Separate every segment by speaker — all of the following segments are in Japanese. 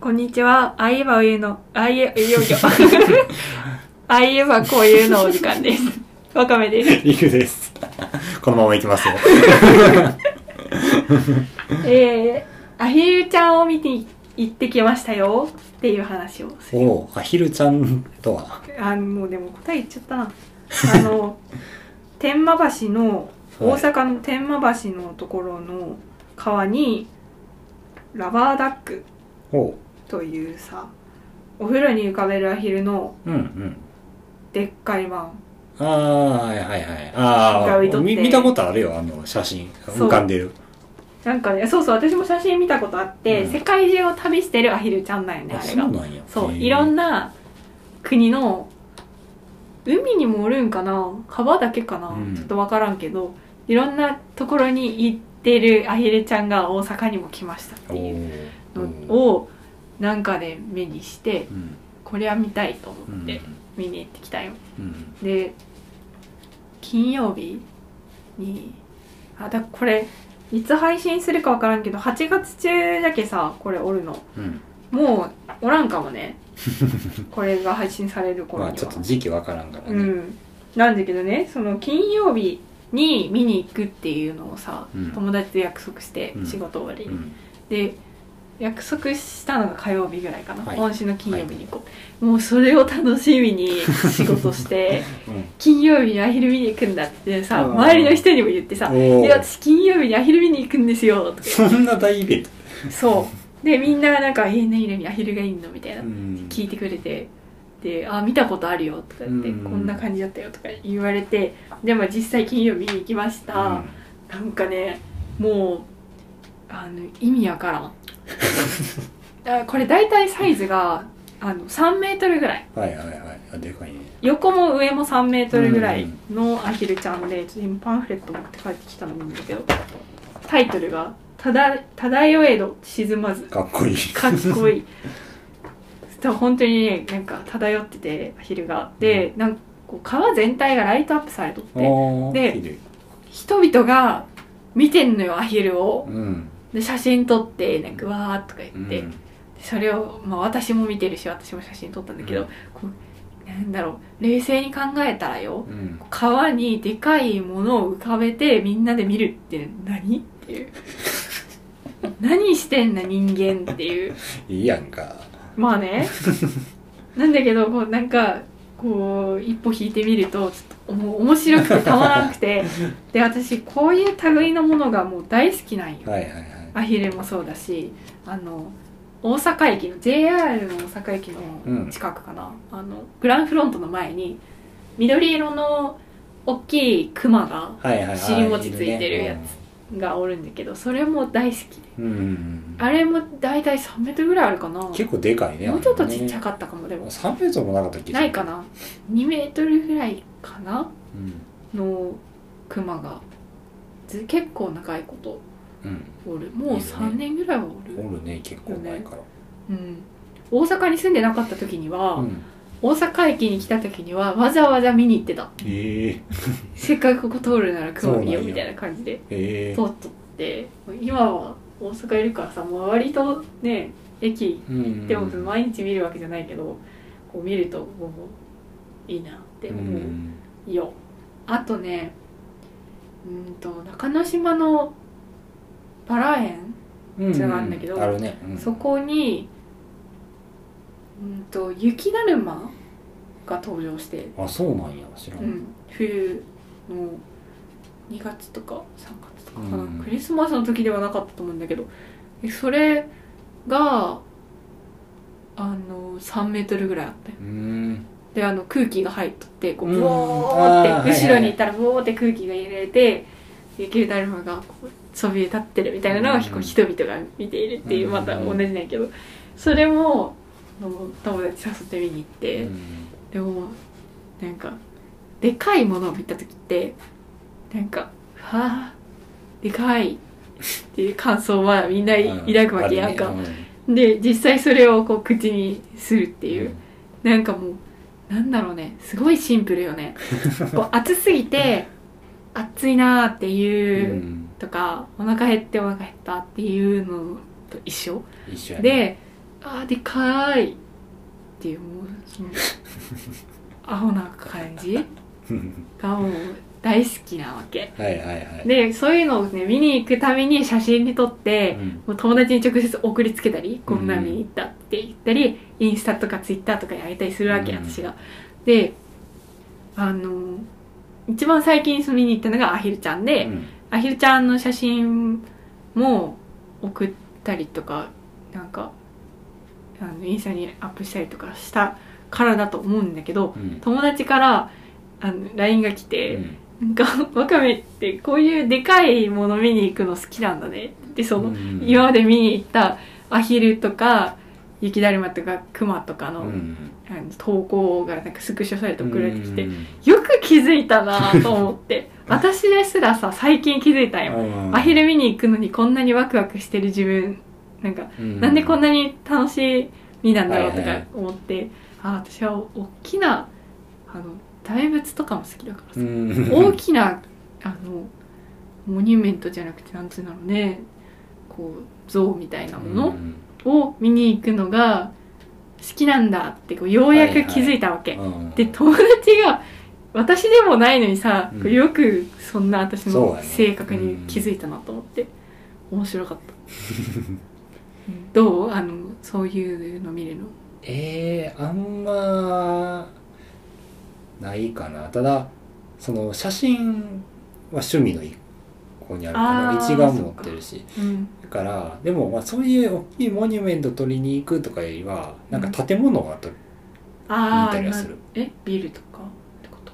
Speaker 1: こんにちは。あいえばおいうの、あいえ、えいよいよ。 あいえばこういうのお時間です。わかめ です。
Speaker 2: リクです。このままい きますよ。
Speaker 1: えー、アヒルちゃんを見に行ってきましたよっていう話をする。
Speaker 2: おお、アヒルちゃんとは。
Speaker 1: あもうでも答え言っちゃったな。あ の、天満橋の、大阪の天満橋のところの川に、ラバーダック
Speaker 2: おお、
Speaker 1: というさ、お風呂に浮かべるアヒルの
Speaker 2: うんうん。
Speaker 1: でっかい版。
Speaker 2: ああ、はいはいはい。あ
Speaker 1: 浮かび
Speaker 2: あ、
Speaker 1: とって
Speaker 2: み見たことあるよ、あの写真。
Speaker 1: そう
Speaker 2: 浮かんでる。
Speaker 1: なんかね、そうそう、私も写真見たことあって、
Speaker 2: うん
Speaker 1: 世界中を旅してるアヒルちゃんなんよね、
Speaker 2: あ、
Speaker 1: あれ
Speaker 2: そ
Speaker 1: が
Speaker 2: う。なんや。
Speaker 1: そう、いろん
Speaker 2: な。
Speaker 1: な国の、海にもおるんかな川だけかな、
Speaker 2: うん
Speaker 1: ちょっとわからんけど、いろんなところに行ってるアヒルちゃんが大阪にも来ましたって
Speaker 2: お
Speaker 1: いう
Speaker 2: お。
Speaker 1: のを、なんかで目にして、
Speaker 2: うん。
Speaker 1: これは見たいと思
Speaker 2: うん。
Speaker 1: って、見に行ってきたよ。
Speaker 2: うん。
Speaker 1: で金曜日にあだこれいつ配信するか分からんけど8月中だけさこれおるの
Speaker 2: うん。
Speaker 1: もうおらんかも ねこれが配信される頃
Speaker 2: ま
Speaker 1: に
Speaker 2: あ
Speaker 1: は、
Speaker 2: ちょっと時期わからんから
Speaker 1: う
Speaker 2: ね。
Speaker 1: んなんだけどねその金曜日に見に行くっていうのをさ、
Speaker 2: うん
Speaker 1: 友達と約束して、
Speaker 2: うん
Speaker 1: 仕事終わり
Speaker 2: う
Speaker 1: に、
Speaker 2: ん。
Speaker 1: で約束したのが火曜日ぐらいかな、
Speaker 2: はい
Speaker 1: 今週の金曜日に行こう、もうそれを楽しみに仕事 して
Speaker 2: うん
Speaker 1: 金曜日にアヒル見に行くんだってさ、
Speaker 2: うん
Speaker 1: 周りの人にも言ってさ「
Speaker 2: お
Speaker 1: い
Speaker 2: お
Speaker 1: や私金曜日にアヒル見に行くんですよ」とか
Speaker 2: そんな大イベ ント。
Speaker 1: そうでみんながなんか「え何々アヒルがいいの?」みたいな
Speaker 2: うん
Speaker 1: 聞いてくれて「であ見たことあるよ」とか言って、
Speaker 2: う
Speaker 1: こ
Speaker 2: ん
Speaker 1: んな感じだったよ」とか言われてでも実際金曜日に行きました、なんかねもうあの意味わ からんあこれ大体サイズがあの3メートルぐらい
Speaker 2: うんはいはいはい。あ、でかいね。
Speaker 1: 横も上も3メートルぐらいのアヒルちゃんで、ちょっと今パンフレット持って帰ってきたのもいいんだけど、タイトルが、ただ、漂えど沈 まず、
Speaker 2: かっこいい。
Speaker 1: かっこいい。でも本当にね、なんか漂ってて、アヒルが。で、なんかこう川全体がライトアップされとって、
Speaker 2: おー
Speaker 1: で
Speaker 2: 綺麗
Speaker 1: 人々が見てんのよ、アヒルを。
Speaker 2: うん。
Speaker 1: で、写真撮って、なんかわーっとか
Speaker 2: う
Speaker 1: 言って、
Speaker 2: ん。
Speaker 1: それを、まあ、私も見てるし私も写真撮ったんだけど、
Speaker 2: うん
Speaker 1: こうなんだろう冷静に考えたらよ
Speaker 2: うん。
Speaker 1: 川にでかいものを浮かべてみんなで見るって何っていう何してんだ人間っていう
Speaker 2: いいやんか。
Speaker 1: まあねなんだけどこうなんかこう一歩引いてみるとちょっともう面白くてたまらなくてで私こういう類のものがもう大好きなんよ
Speaker 2: はいはいはい。
Speaker 1: アヒルもそうだしあの大阪駅の JR の大阪駅の近くかな、あのグランフロントの前に緑色の大きいクマが
Speaker 2: はいはいはい。
Speaker 1: 尻餅ついてるやがおるんだけどそれも大好きで
Speaker 2: うん。うん。
Speaker 1: あれも大体3メートルぐらいあるかなもうち
Speaker 2: 結構でかいね。
Speaker 1: ょっとちっちゃ
Speaker 2: く。
Speaker 1: かったかもでも
Speaker 2: 3メートルもなかったっけ
Speaker 1: ないか。な2メートルぐらいかな
Speaker 2: うん。
Speaker 1: のクマがず結構長いこと
Speaker 2: う
Speaker 1: おるもう3年ぐらいはおる
Speaker 2: ん。おるね、結構前から。
Speaker 1: うん、大阪に住んでなかった時には、
Speaker 2: うん。
Speaker 1: 大阪駅に来た時にはわざわざ見に行ってた
Speaker 2: ええ。
Speaker 1: せっかくここ通るなら熊見よ
Speaker 2: そうなんや
Speaker 1: みたいな感じで
Speaker 2: ええ
Speaker 1: 通。っとって今は大阪いるからさもう割とね駅
Speaker 2: うん
Speaker 1: でも毎日見るわけじゃないけど、こう見るともういいなって
Speaker 2: う。
Speaker 1: 思うんよ、あとねうんと中之島のバラ園
Speaker 2: う
Speaker 1: じゃなんだけど
Speaker 2: あるね。うん
Speaker 1: そ。こに、うんと雪だるまが登場して、
Speaker 2: あ、そうなんや。知ら。
Speaker 1: うんん、冬の2月とか3月とかかな、
Speaker 2: うん
Speaker 1: クリスマスの時ではなかったと思うんだけどでそれがあの3メートルぐらいあって
Speaker 2: うん。
Speaker 1: であの空気が入っとってこう
Speaker 2: うん
Speaker 1: ブオー
Speaker 2: あ
Speaker 1: っ
Speaker 2: ー
Speaker 1: て後
Speaker 2: はい
Speaker 1: ろ
Speaker 2: はい
Speaker 1: にいたらブオーって空気が入れて雪だるまがこうそびえ立ってるみたいなのをこ
Speaker 2: う
Speaker 1: うん人々が見ているっていう
Speaker 2: うん
Speaker 1: また同じなんやけどそれもあの友達誘って見に行って
Speaker 2: うん
Speaker 1: でもなんかでかいものを見た時ってなんか「はあでかい」っていう感想はみんな抱くわけやん
Speaker 2: あ
Speaker 1: か
Speaker 2: る。ね
Speaker 1: で実際それをこう口にするって
Speaker 2: うん
Speaker 1: いう。なんかもうなんだろうねすごいシンプルよねこう暑すぎて暑いなーって
Speaker 2: う
Speaker 1: いう、
Speaker 2: ん。
Speaker 1: とかお腹減ってお腹減ったっていうのと一緒
Speaker 2: 一緒やね。
Speaker 1: であーでかーいっていうもうそ の青な感じがもう大好きなわけ
Speaker 2: はいはいはい。
Speaker 1: でそういうのをね見に行くために写真に撮って、
Speaker 2: うん
Speaker 1: もう友達に直接送りつけたりこんな見に行ったって言ったり、インスタとかツイッターとかに上げたりするわけ、
Speaker 2: うん
Speaker 1: 私がであの一番最近その見に行ったのがアヒルちゃんで、
Speaker 2: うん
Speaker 1: アヒルちゃんの写真も送ったりとかなんかあのインスタにアップしたりとかしたからだと思うんだけど
Speaker 2: うん
Speaker 1: 友達からあの LINE が来
Speaker 2: う
Speaker 1: て「
Speaker 2: ん
Speaker 1: なんかワカメってこういうでかいもの見に行くの好きなんだね」でその、
Speaker 2: うん
Speaker 1: 今まで見に行ったアヒルとか雪だるまとかクマとかの,、
Speaker 2: うん
Speaker 1: あの投稿がなんかスクショされて送られてきて、
Speaker 2: うん
Speaker 1: よく気づいたなと思って私ですらさ最近気づいたんよ
Speaker 2: うん
Speaker 1: アヒル見に行くのにこんなにワクワクしてる自分なんか、
Speaker 2: う
Speaker 1: なんでこんなに楽しみなんだろうと
Speaker 2: はいは
Speaker 1: か
Speaker 2: い
Speaker 1: 思って、あ私は大きなあの大仏とかも好きだからさ、
Speaker 2: うん
Speaker 1: 大きなあのモニュメントじゃなくてなんつうんだろうねこう像みたいなもの
Speaker 2: うん
Speaker 1: を見に行くのが好きなんだってこうようやく気づいたわけ、
Speaker 2: うん
Speaker 1: で友達が私でもないのにさ、
Speaker 2: うん
Speaker 1: よくそんな私
Speaker 2: そうだ
Speaker 1: の
Speaker 2: ね
Speaker 1: 性格に気づいたなと思って、面白か ったどうあのそういうの見るの
Speaker 2: えー、あんまないかなただその写真は趣味の一個にあるか
Speaker 1: あ
Speaker 2: な
Speaker 1: ー
Speaker 2: 一眼持ってるし
Speaker 1: うん
Speaker 2: だからでもまあそういう大きいモニュメント撮りに行くとかよりはなんか建物が撮る
Speaker 1: あ
Speaker 2: 見たりは
Speaker 1: あ
Speaker 2: する
Speaker 1: えビルとかってこと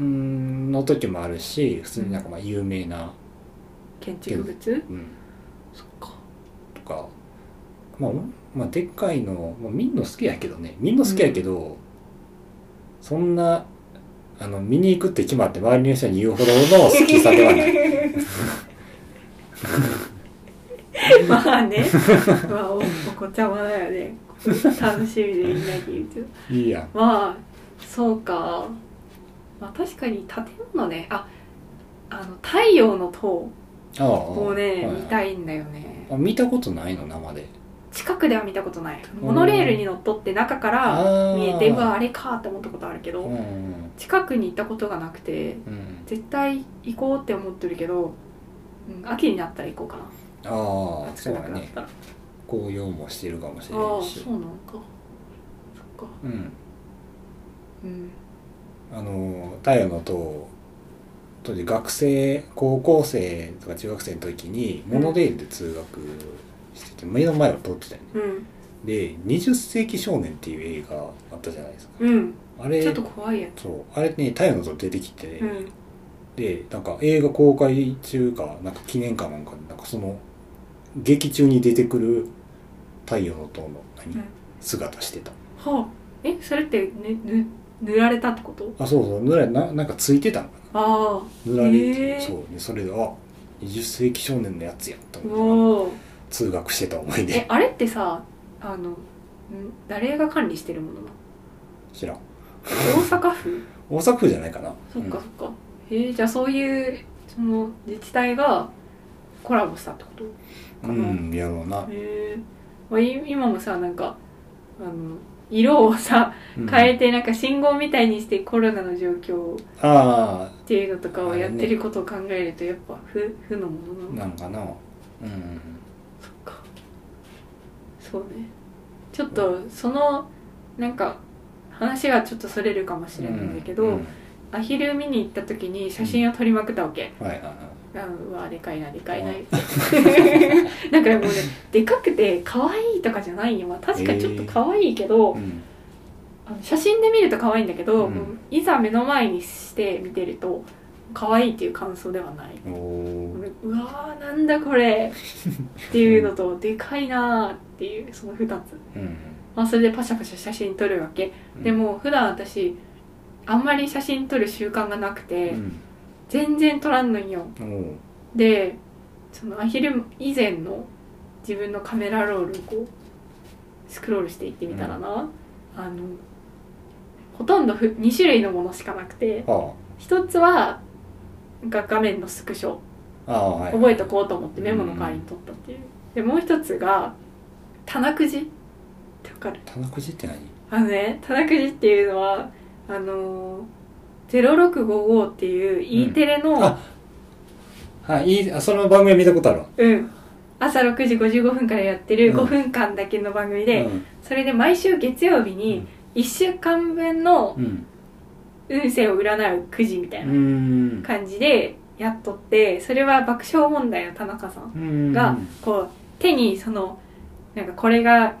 Speaker 2: うーんの時もあるし普通になんかまあ有名な、
Speaker 1: 建築物
Speaker 2: うん、
Speaker 1: そっか
Speaker 2: とか、まあ、おまあでっかいの、まあ、見んの好きやけどね見んの好きやけど、そんなあの見に行くって決まって周りの人に言うほどの好きさではない
Speaker 1: まあねまあおお子ちゃまだよね楽しみでみんなに言うけど
Speaker 2: いいやん
Speaker 1: まあそうかまあ確かに建物ねああの太陽の塔
Speaker 2: ああ
Speaker 1: をね、
Speaker 2: はい
Speaker 1: 見たいんだよね
Speaker 2: あ見たことないの生で
Speaker 1: 近くでは見たことないモノレールに乗っ取って中から
Speaker 2: あー
Speaker 1: 見えてうわあれかって思ったことあるけ
Speaker 2: うん
Speaker 1: ど
Speaker 2: うん
Speaker 1: 近くに行ったことがなくて
Speaker 2: うん
Speaker 1: 絶対行こうって思ってるけど、うん、秋になったら行こうか
Speaker 2: あ
Speaker 1: な
Speaker 2: あ
Speaker 1: 暑
Speaker 2: そ
Speaker 1: く
Speaker 2: う
Speaker 1: な
Speaker 2: だ
Speaker 1: くなっ
Speaker 2: ね
Speaker 1: たら、
Speaker 2: 紅葉もしてるかもし
Speaker 1: あ
Speaker 2: れ
Speaker 1: あ
Speaker 2: ない
Speaker 1: ー
Speaker 2: し
Speaker 1: そうなのかそっか
Speaker 2: うん
Speaker 1: うん
Speaker 2: あの太陽の塔当時学生高校生とか中学生の時にモノレールで通学してて目の前を通ってたよね
Speaker 1: うん
Speaker 2: で「20世紀少年」っていう映画あったじゃないですか
Speaker 1: うん
Speaker 2: あれ
Speaker 1: ちょっと怖いや
Speaker 2: そうあれね太陽の塔出てきて、
Speaker 1: つうん
Speaker 2: でなんか映画公開中かなんか記念かなんかでなんかその劇中に出てくる太陽の塔の何、
Speaker 1: うん
Speaker 2: 姿してた
Speaker 1: はあえそれってぬぬ塗られたってこと
Speaker 2: あそうそう塗られななんかついてたのかな
Speaker 1: あ
Speaker 2: 塗られて、
Speaker 1: へー
Speaker 2: そうねそれであ20世紀少年のやつやと
Speaker 1: あ
Speaker 2: 思って
Speaker 1: おお
Speaker 2: 通学してた思い
Speaker 1: え
Speaker 2: 出
Speaker 1: あれってさあのん誰が管理してるものなの
Speaker 2: 知らん
Speaker 1: 大阪 府
Speaker 2: 大阪府じゃないかな
Speaker 1: そっかそっか、へえじゃあそういうその自治体がコラボしたってこと
Speaker 2: うん、うん、やろうな
Speaker 1: へえ、まあ、い今もさなんかあの色をさ変え
Speaker 2: て、
Speaker 1: てなんか信号みたいにしてコロナの状況っ
Speaker 2: うんあ
Speaker 1: ていうのとかをやってることを考えるとやっぱ負負のものなの
Speaker 2: あなんかなうん
Speaker 1: そっかそうねちょっとそのなんか話がちょっとそれるかもしれないんだけど、
Speaker 2: うん
Speaker 1: アヒル見に行った時に写真を撮りまくったわけ、
Speaker 2: はいはいはい
Speaker 1: あうわでかいなでかいなって なんかもうねでかくて可愛いとかじゃないよ、まあ、確かにちょっと可愛いけど、
Speaker 2: うん
Speaker 1: あの写真で見ると可愛いんだけど、
Speaker 2: うん
Speaker 1: もういざ目の前にして見てると可愛いっていう感想ではない
Speaker 2: おー
Speaker 1: うわーなんだこれっていうのとでかいなーっていうその2つ、
Speaker 2: うん
Speaker 1: まあ、それでパシャパシャ写真撮るわけ、
Speaker 2: うん
Speaker 1: でも普段私あんまり写真撮る習慣がなくて、
Speaker 2: うん
Speaker 1: 全然撮らんのんよ
Speaker 2: おー
Speaker 1: でそのアヒル以前の自分のカメラロールをこうスクロールしていってみたらな、あのほとんど2種類のものしかなくて
Speaker 2: あ
Speaker 1: 一つはなんか画面のスクショ
Speaker 2: あああはい
Speaker 1: 覚えとこうと思ってメモの代わりに取ったっていう、でもう一つが棚くじかる
Speaker 2: 棚くじって何
Speaker 1: あのねただくじっていうのはあのー、0655っていう E テレの、うん
Speaker 2: あはいいいあその番組は見たことあるわ
Speaker 1: 朝6時55分からやってる
Speaker 2: うん
Speaker 1: 5分間だけの番組で、
Speaker 2: うん
Speaker 1: それで毎週月曜日
Speaker 2: うん
Speaker 1: に1週間分の
Speaker 2: うん
Speaker 1: 運勢を占うくじみた
Speaker 2: う
Speaker 1: いな
Speaker 2: ーん
Speaker 1: 感じでやっとってそれは爆笑問題の田中さん
Speaker 2: うん
Speaker 1: がこう手にそのなんかこれが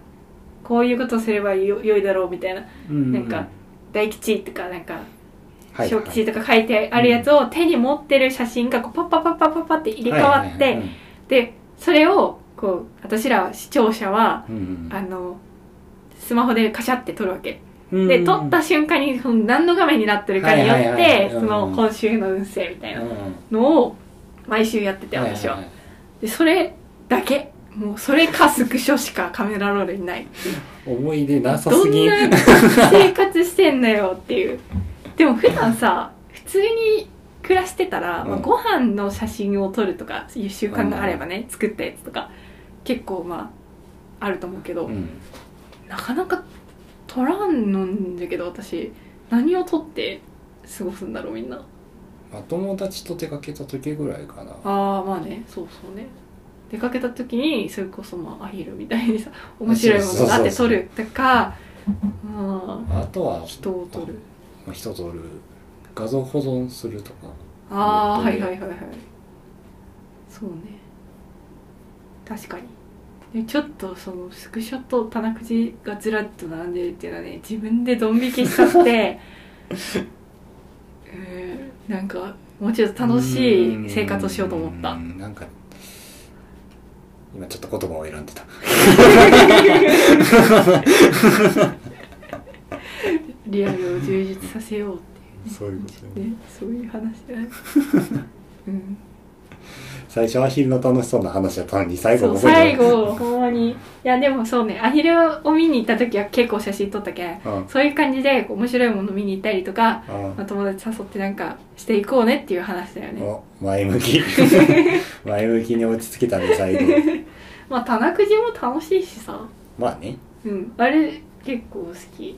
Speaker 1: こういうことすればよ良いだろうみたいな
Speaker 2: うん
Speaker 1: なんか大吉とかなんか
Speaker 2: はい
Speaker 1: 小吉とか書いてあるやつを手に持ってる写真がこうパッパッパッパッパッパって入れ替わっ
Speaker 2: はいはい
Speaker 1: て
Speaker 2: はい
Speaker 1: でそれをこう私ら視聴者は
Speaker 2: うんうん
Speaker 1: あのスマホでカシャって撮るわけ
Speaker 2: うん
Speaker 1: で撮った瞬間にその何の画面になってるかによ
Speaker 2: は
Speaker 1: っ
Speaker 2: いはいはい
Speaker 1: て
Speaker 2: うん
Speaker 1: その今週の運勢みたい
Speaker 2: う
Speaker 1: な
Speaker 2: んうんうん
Speaker 1: のを毎週やってて私は。
Speaker 2: いいい
Speaker 1: でそれだけもうそれかスクショしかカメラロールにない
Speaker 2: 思い出なさ
Speaker 1: ど
Speaker 2: す
Speaker 1: ん
Speaker 2: ぎ
Speaker 1: な生活してんだよっていうでも普段さ普通に暮らしてたら、まあ、
Speaker 2: うん
Speaker 1: ご飯の写真を撮るとかいう習慣があればね、作ったやつとか結構まああると思うけど、
Speaker 2: うん
Speaker 1: なかなか撮らんのんだけど私何を撮って過ごすんだろうみんな
Speaker 2: まあ友達と出かけた時ぐらいかな
Speaker 1: ああまあねそうそうね出かけた時にそれこそまあアヒルみたいにさ面白いものがあって撮
Speaker 2: そうそうそうそう
Speaker 1: るとかまあ
Speaker 2: あとは
Speaker 1: 人を撮る
Speaker 2: まあ人撮る画像保存するとか
Speaker 1: ああ
Speaker 2: うん
Speaker 1: はいはいはいはいそうね確かにでちょっとそのスクショと棚くじがずらっと並んでるっていうのはね自分でドン引きしちゃって うんなんかもうちょっと楽しい生活をしようと思った
Speaker 2: うーんなんか今ちょっと言葉を選んでた
Speaker 1: リアルを充実させようっていう、
Speaker 2: そういうことね
Speaker 1: ねそういう話だねうん
Speaker 2: 最初は昼の楽しそうな話だったのに最
Speaker 1: そう
Speaker 2: 後ここ で
Speaker 1: 最後ほんまにいやでもそうねアヒルを見に行った時は結構写真撮ったけん
Speaker 2: うん
Speaker 1: そういう感じでこう面白いもの見に行ったりとか、
Speaker 2: あ
Speaker 1: まあ、友達誘ってなんかしていこうねっていう話だよね
Speaker 2: お前向 き前向きに落ち着けたね最後
Speaker 1: まあ棚くじも楽しいしさ
Speaker 2: まあね
Speaker 1: うんあれ結構好き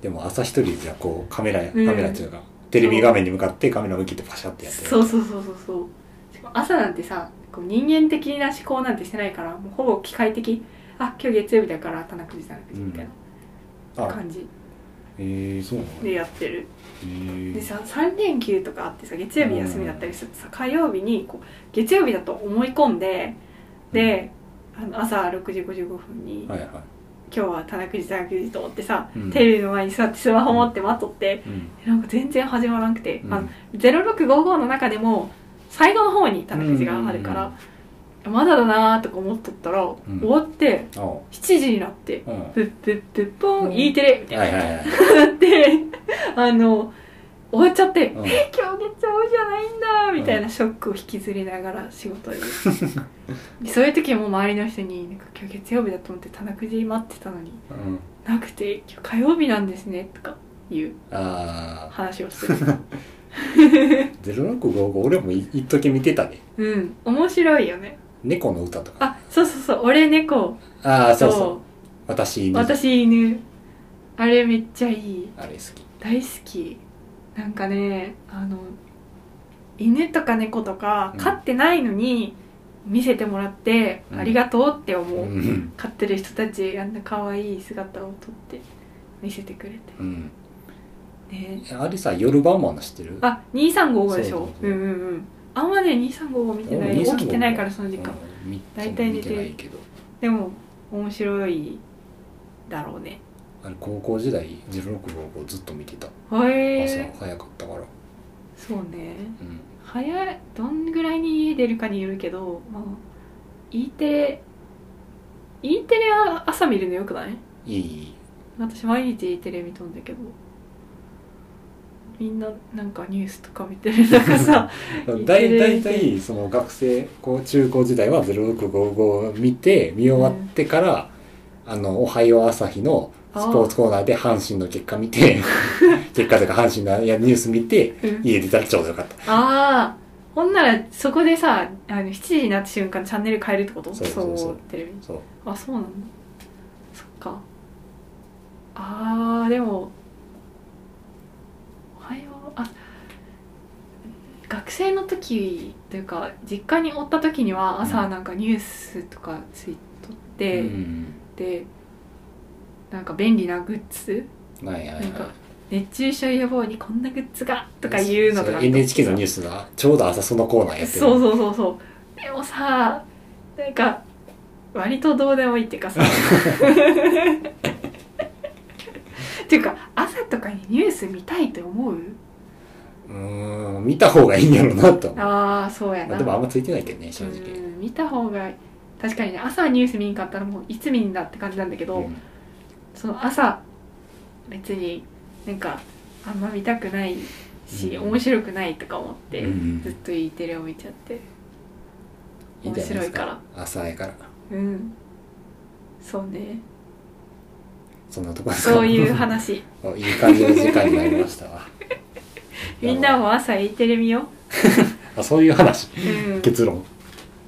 Speaker 2: でも朝一人じゃこうカメラカ
Speaker 1: うん
Speaker 2: メラっていうか、テレビ画面に向かってカメラ向けてパシャってやってる
Speaker 1: そうそうそうそうそうしかも朝なんてさこう人間的な思考なんてしてないからもうほぼ機械的あ今日月曜日だから棚くじ棚くじみたいな
Speaker 2: あ
Speaker 1: 感じ
Speaker 2: えー、そうなの
Speaker 1: でやってる
Speaker 2: えー
Speaker 1: でさ3連休とかあってさ月曜日休みだったりするとさ火曜日にこう月曜日だと思い込んでであの朝6時55分に
Speaker 2: はいは
Speaker 1: 「今日は田中くじ田中くじ」と思ってさ、
Speaker 2: うん
Speaker 1: テレビの前に座ってスマホ持って待っとって
Speaker 2: い、う
Speaker 1: な
Speaker 2: ん
Speaker 1: んか全然始まらなくて、
Speaker 2: うん
Speaker 1: あの0655の中でも最後の方に田中くじがあるから、まだだなーとか思っとったら、
Speaker 2: ん
Speaker 1: 終わって
Speaker 2: ああ
Speaker 1: 7時になって
Speaker 2: うん
Speaker 1: 「プップップッポ
Speaker 2: う
Speaker 1: ン
Speaker 2: ん
Speaker 1: E テレ」みたいな
Speaker 2: はいはいはい
Speaker 1: で あの終わっちゃって「
Speaker 2: う
Speaker 1: え今
Speaker 2: ん
Speaker 1: 日月曜日じゃないんだ」みたいなショックを引きずりながら仕事にでそういう時も周りの人に「なんか今日月曜日だと思って田中で待ってたのに
Speaker 2: うん
Speaker 1: なくて今日火曜日なんですね」とかいう
Speaker 2: ああ
Speaker 1: 話をする
Speaker 2: 0655俺もい一時見てたね
Speaker 1: うん面白いよね
Speaker 2: 猫の歌とか
Speaker 1: あそうそうそう俺猫
Speaker 2: ああそうそう
Speaker 1: と
Speaker 2: 私に
Speaker 1: 私犬あれめっちゃいい
Speaker 2: あれ好
Speaker 1: 大好きなんかねあの犬とか猫とか
Speaker 2: うん
Speaker 1: 飼ってないのに見せてもらって、
Speaker 2: うん
Speaker 1: ありがとうって思
Speaker 2: きう
Speaker 1: う、
Speaker 2: ん
Speaker 1: 飼ってる人たちあんな可愛い姿を撮って見せてくれて
Speaker 2: うん
Speaker 1: ね
Speaker 2: あれさ夜晩もあんの知ってる
Speaker 1: あ235でし
Speaker 2: そう
Speaker 1: ょ
Speaker 2: そうそ
Speaker 1: う
Speaker 2: う
Speaker 1: んうんうんあんまね235見てな
Speaker 2: 俺
Speaker 1: い
Speaker 2: も
Speaker 1: 起
Speaker 2: 235
Speaker 1: きてないからその時間、
Speaker 2: うん見
Speaker 1: 大体寝てる
Speaker 2: 見ないけど
Speaker 1: でも面白いだろうね
Speaker 2: あれ高校時代0655ずっと見てた
Speaker 1: へ
Speaker 2: 朝
Speaker 1: え
Speaker 2: 早かったから
Speaker 1: そうね
Speaker 2: うん
Speaker 1: 早いどんぐらいに家出るかによるけど、まあ、E テレ E テレは朝見るのよくない
Speaker 2: いい
Speaker 1: 私毎日 E テレ見とんだけどみんななんかニュースとか見てるなんかさ
Speaker 2: だい大体その学生こう中高時代は0655を見て見終わってから、あの「おはよう朝日」のスポーツコーナーで阪神の結果見 て結果というか阪神 のいやニュース見て
Speaker 1: うん
Speaker 2: 家出たらちょうどよかった
Speaker 1: ああほんならそこでさあの7時になった瞬間チャンネル変えるってこと
Speaker 2: そうそうそう
Speaker 1: テレビ
Speaker 2: そう
Speaker 1: あそうなんだそっかあーでもおはようあ学生の時というか実家におった時には朝なんかニュースとかついとって、
Speaker 2: うん
Speaker 1: でなんか便利なグッズ
Speaker 2: はいはいはい
Speaker 1: なんか熱中症予防にこんなグッズがとか言うのとか
Speaker 2: それ NHK のニュースがちょうど朝そのコーナーやってる
Speaker 1: そうそうそうそうでもさなんか割とどうでもいいっていう かさっていうか朝とかにニュース見たいと思う
Speaker 2: うーん見た方がいいんやろうなと思う
Speaker 1: ああそうや
Speaker 2: ま
Speaker 1: な
Speaker 2: あ、でもあんまついてないけどね正直
Speaker 1: うん見た方が確かにね朝ニュース見んかったらもういつ見んだって感じなんだけど、
Speaker 2: うん
Speaker 1: その朝別になんかあんま見たくないし、
Speaker 2: うん
Speaker 1: 面白くないとか思って、
Speaker 2: うん
Speaker 1: ずっと E テレを見ちゃって
Speaker 2: いいんじゃなで
Speaker 1: 面白
Speaker 2: す
Speaker 1: いから
Speaker 2: 朝やから
Speaker 1: うんそうね
Speaker 2: そんなとこですか
Speaker 1: そういう 話
Speaker 2: おいい感じの時間になりましたわ
Speaker 1: みんなも朝 E テレ見よ
Speaker 2: あそういう話
Speaker 1: う、うん、
Speaker 2: 結論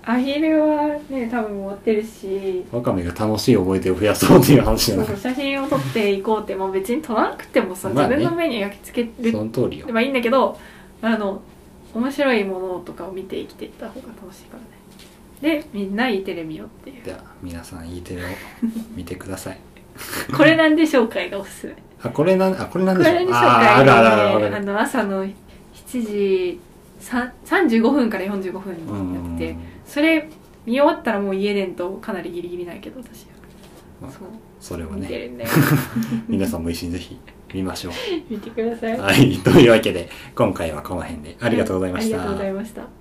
Speaker 1: アヒルはね多分持ってるし
Speaker 2: ワカメが楽しい思い出を増やそうっていう話じゃ
Speaker 1: そ
Speaker 2: な
Speaker 1: う
Speaker 2: く
Speaker 1: 写真を撮っていこうってもう別に撮らなくてもさ、
Speaker 2: まあね
Speaker 1: 自分の目に焼き付け
Speaker 2: て
Speaker 1: る
Speaker 2: その通りよ
Speaker 1: ればいいんだけどあの面白いものとかを見て生きていった方が楽しいからねでみんな E テレ見ようっていう
Speaker 2: では皆さん E テレを見てください
Speaker 1: これなんで紹介がおすすめ
Speaker 2: あこれなんあこれなん
Speaker 1: こ
Speaker 2: でしょう
Speaker 1: れに紹介
Speaker 2: あーあるあるあるわか
Speaker 1: あ
Speaker 2: る
Speaker 1: の朝の7時さん35分から45分
Speaker 2: う
Speaker 1: にやってて
Speaker 2: ん
Speaker 1: それ見終わったらもう家でんとかなりギリギリないけど私
Speaker 2: まあ
Speaker 1: はそう
Speaker 2: それを
Speaker 1: 見て
Speaker 2: ね
Speaker 1: るんだよ
Speaker 2: 皆さんも一緒にぜひ見ましょう
Speaker 1: 見てください
Speaker 2: はい、というわけで今回はこの辺でありがとうございました。
Speaker 1: ありがとうございました